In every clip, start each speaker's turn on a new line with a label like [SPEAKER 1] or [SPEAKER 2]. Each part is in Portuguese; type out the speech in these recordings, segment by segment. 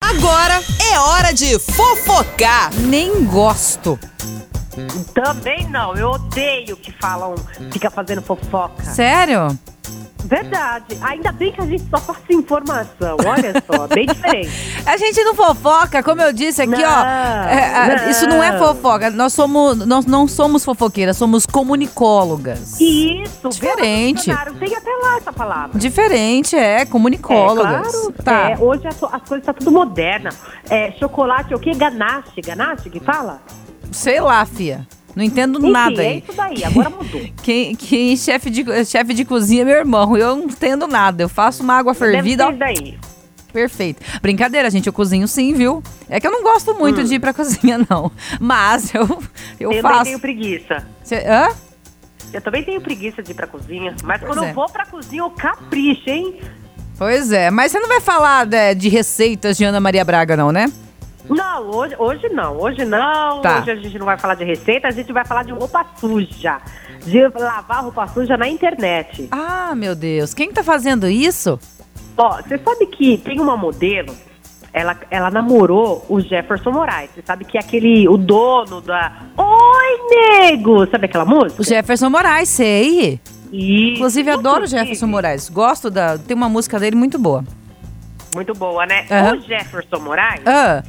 [SPEAKER 1] é
[SPEAKER 2] gosta de fofocar.
[SPEAKER 3] Nem gosto.
[SPEAKER 1] Também não, eu odeio que falam, fica fazendo fofoca.
[SPEAKER 3] Sério?
[SPEAKER 1] Verdade. Ainda bem que a gente só passa informação. Olha só, bem diferente.
[SPEAKER 3] A gente não fofoca, como eu disse aqui,
[SPEAKER 1] Não,
[SPEAKER 3] ó. é, a-
[SPEAKER 1] não.
[SPEAKER 3] Isso não é fofoca. Nós somos, nós não somos fofoqueiras, somos comunicólogas.
[SPEAKER 1] E isso,
[SPEAKER 3] Diferente.
[SPEAKER 1] vê lá no dicionário, Tem até lá essa palavra.
[SPEAKER 3] Diferente, é, comunicólogas.
[SPEAKER 1] É, claro.
[SPEAKER 3] Tá.
[SPEAKER 1] É, hoje as, as coisas tá tudo moderna. É, chocolate, o que? Ganache. Ganache que fala?
[SPEAKER 3] Sei lá, fia. Não entendo
[SPEAKER 1] Enfim,
[SPEAKER 3] nada
[SPEAKER 1] é
[SPEAKER 3] aí.
[SPEAKER 1] isso daí. Agora mudou.
[SPEAKER 3] Quem, quem é chefe, de, chefe de cozinha é meu irmão. Eu não entendo nada. Eu faço uma água fervida, ó,
[SPEAKER 1] Deve ser isso daí.
[SPEAKER 3] perfeito. Brincadeira, gente, eu cozinho sim, viu? É que eu não gosto muito de ir pra cozinha, não. Mas eu, eu,
[SPEAKER 1] Eu também
[SPEAKER 3] faço.
[SPEAKER 1] tenho preguiça.
[SPEAKER 3] Cê- hã?
[SPEAKER 1] Eu também tenho preguiça de ir pra cozinha. Mas
[SPEAKER 3] Pois
[SPEAKER 1] quando
[SPEAKER 3] é.
[SPEAKER 1] eu vou pra cozinha, eu capricho, hein?
[SPEAKER 3] Pois é, mas você não vai falar né, de receitas de Ana Maria Braga, não, né?
[SPEAKER 1] Não, hoje, hoje não, hoje não.
[SPEAKER 3] Tá.
[SPEAKER 1] Hoje a gente não vai falar de receita, a gente vai falar de roupa suja. De lavar roupa suja na internet.
[SPEAKER 3] Ah, meu Deus, quem tá fazendo isso?
[SPEAKER 1] Ó, você sabe que tem uma modelo, ela, ela namorou o Jefferson Moraes. Você sabe que é aquele, o dono da. Oi, nego! Sabe aquela música?
[SPEAKER 3] O Jefferson Moraes, sei.
[SPEAKER 1] Isso.
[SPEAKER 3] Inclusive, adoro o Jefferson Moraes. Gosto da. Tem uma música dele muito boa.
[SPEAKER 1] Muito boa, né?
[SPEAKER 3] Aham.
[SPEAKER 1] O Jefferson Moraes,
[SPEAKER 3] Ah,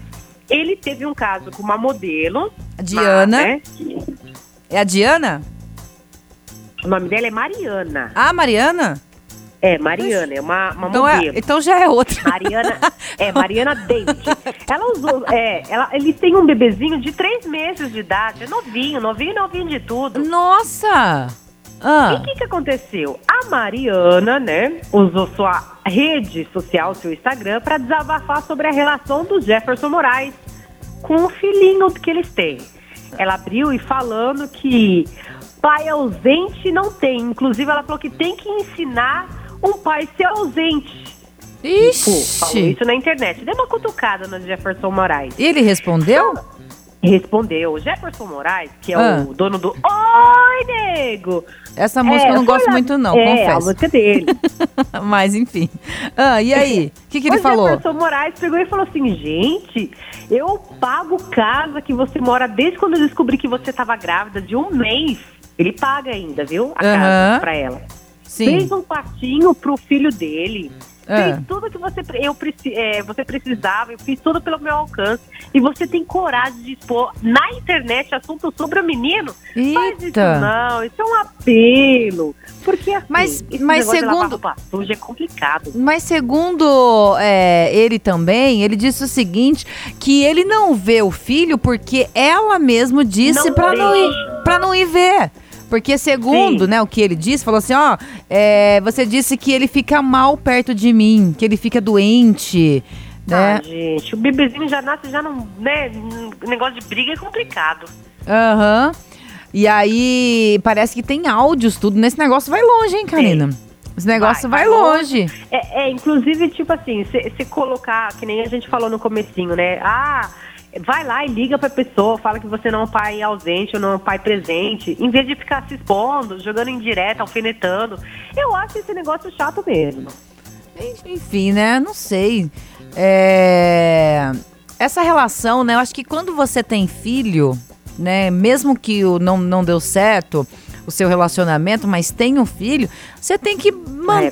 [SPEAKER 1] ele teve um caso com uma modelo.
[SPEAKER 3] a Diana.
[SPEAKER 1] Má, né?
[SPEAKER 3] É a Diana?
[SPEAKER 1] O nome dela é Mariana.
[SPEAKER 3] Ah, a Mariana?
[SPEAKER 1] É, Mariana, é uma, uma
[SPEAKER 3] Então, é,
[SPEAKER 1] modelo.
[SPEAKER 3] então já é outra.
[SPEAKER 1] Mariana, é, Mariana David. Ela usou, é, ela, eles têm um bebezinho de três meses de idade, é novinho, novinho, novinho de tudo.
[SPEAKER 3] Nossa!
[SPEAKER 1] E o
[SPEAKER 3] Ah,
[SPEAKER 1] que, que aconteceu? A Mariana, né, usou sua rede social, seu Instagram, pra desabafar sobre a relação do Jefferson Moraes com o filhinho que eles têm. Ela abriu e falando que pai ausente não tem. Inclusive, ela falou que tem que ensinar um pai a ser ausente. Pô, tipo falou
[SPEAKER 3] ixi!
[SPEAKER 1] isso na internet. Deu uma cutucada no Jefferson Moraes.
[SPEAKER 3] E ele respondeu?
[SPEAKER 1] Respondeu. O Jefferson Moraes, que é
[SPEAKER 3] Ah.
[SPEAKER 1] o dono do Oi, nego!
[SPEAKER 3] Essa música eu não
[SPEAKER 1] É, foi
[SPEAKER 3] gosto
[SPEAKER 1] lá-
[SPEAKER 3] muito, não,
[SPEAKER 1] é, a
[SPEAKER 3] confesso.
[SPEAKER 1] música dele.
[SPEAKER 3] Mas enfim. Ah, e
[SPEAKER 1] é,
[SPEAKER 3] aí? O que, que ele
[SPEAKER 1] o
[SPEAKER 3] falou?
[SPEAKER 1] Jefferson Moraes pegou e falou assim, gente, eu pago casa que você mora desde quando eu descobri que você estava grávida de um mês. Ele paga ainda, viu? A
[SPEAKER 3] Aham.
[SPEAKER 1] casa pra ela.
[SPEAKER 3] Sim.
[SPEAKER 1] Fez um quartinho pro filho dele.
[SPEAKER 3] Ah.
[SPEAKER 1] Fez tudo que você, pre- eu, preci- é, você precisava, eu fiz tudo pelo meu alcance. E você tem coragem de expor na internet assuntos sobre o menino? Faz isso
[SPEAKER 3] Eita!
[SPEAKER 1] não, isso é um apelo. Porque assim,
[SPEAKER 3] Mas-
[SPEAKER 1] esse
[SPEAKER 3] mas
[SPEAKER 1] negócio de lavar
[SPEAKER 3] segundo-
[SPEAKER 1] roupa suja é complicado.
[SPEAKER 3] Mas segundo é, ele também, ele disse o seguinte, que ele não vê o filho porque ela mesmo disse
[SPEAKER 1] Não
[SPEAKER 3] pra não
[SPEAKER 1] deixa.
[SPEAKER 3] ir, para não ir ver. Porque segundo,
[SPEAKER 1] Sim.
[SPEAKER 3] né, o que ele disse, falou assim, ó, é, você disse que ele fica mal perto de mim, que ele fica doente, né?
[SPEAKER 1] Ah, gente, o bebezinho já nasce, já não, né, o negócio de briga é complicado.
[SPEAKER 3] Aham. E aí, parece que tem áudios, tudo. Nesse negócio vai longe, hein, Karina? Esse negócio vai,
[SPEAKER 1] Vai, vai
[SPEAKER 3] longe.
[SPEAKER 1] É, é, inclusive, tipo assim, se colocar, que nem a gente falou no comecinho, né? Ah, vai lá e liga pra pessoa, fala que você não é um pai ausente ou não é um pai presente, em vez de ficar se expondo, jogando indireta, alfinetando. Eu acho esse negócio chato mesmo.
[SPEAKER 3] Enfim, né? Não sei. É... Essa relação, né? Eu acho que quando você tem filho, né? Mesmo que o não, não deu certo o seu relacionamento, mas tem um filho, você tem que manter,
[SPEAKER 1] Ah, é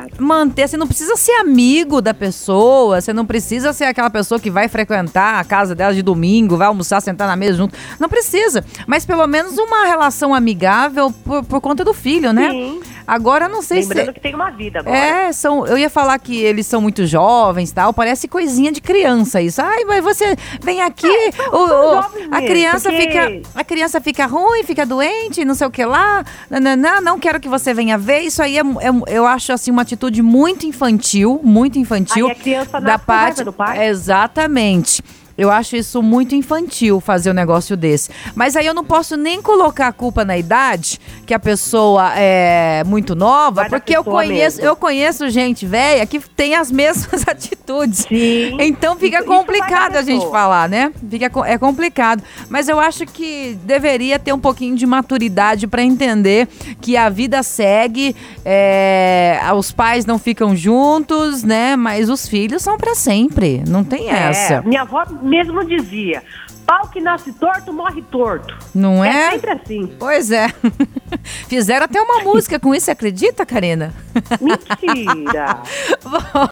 [SPEAKER 1] complicado.
[SPEAKER 3] manter. Você não precisa ser amigo da pessoa, você não precisa ser aquela pessoa que vai frequentar a casa dela de domingo, vai almoçar, sentar na mesa junto. Não precisa. Mas pelo menos uma relação amigável por, por conta do filho, né?
[SPEAKER 1] Sim.
[SPEAKER 3] Agora eu não sei se.
[SPEAKER 1] Lembrando que tem uma vida agora.
[SPEAKER 3] É, são, eu ia falar que eles são muito jovens tal, parece coisinha de criança isso. Ai, mas você vem aqui, o-
[SPEAKER 1] É, são
[SPEAKER 3] o-
[SPEAKER 1] jovens
[SPEAKER 3] a
[SPEAKER 1] mesmo,
[SPEAKER 3] criança
[SPEAKER 1] porque-
[SPEAKER 3] fica, a criança fica ruim, fica doente, não sei o que lá. Nananã, não quero que você venha ver. Isso aí é, é- eu acho assim uma atitude muito infantil, muito infantil
[SPEAKER 1] Aí a criança nasce
[SPEAKER 3] da
[SPEAKER 1] com
[SPEAKER 3] parte é,
[SPEAKER 1] raiva do pai.
[SPEAKER 3] Exatamente. Eu acho isso muito infantil fazer um negócio desse. Mas aí eu não posso nem colocar a culpa na idade, que a pessoa é muito nova,
[SPEAKER 1] Vai da
[SPEAKER 3] porque eu
[SPEAKER 1] pessoa
[SPEAKER 3] conheço,
[SPEAKER 1] mesmo.
[SPEAKER 3] eu conheço gente velha que tem as mesmas atitudes.
[SPEAKER 1] Sim.
[SPEAKER 3] Então fica
[SPEAKER 1] Isso- isso
[SPEAKER 3] complicado
[SPEAKER 1] vai da
[SPEAKER 3] a gente
[SPEAKER 1] pessoa.
[SPEAKER 3] falar, né? Fica, co- é complicado. Mas eu acho que deveria ter um pouquinho de maturidade pra entender que a vida segue, é, os pais não ficam juntos, né? Mas os filhos são pra sempre. Não tem
[SPEAKER 1] É,
[SPEAKER 3] essa.
[SPEAKER 1] minha avó, mesmo dizia: pau que nasce torto, morre torto.
[SPEAKER 3] Não
[SPEAKER 1] É
[SPEAKER 3] é?
[SPEAKER 1] sempre assim.
[SPEAKER 3] Pois é. Fizeram até uma música com isso, você acredita, Karina?
[SPEAKER 1] Mentira.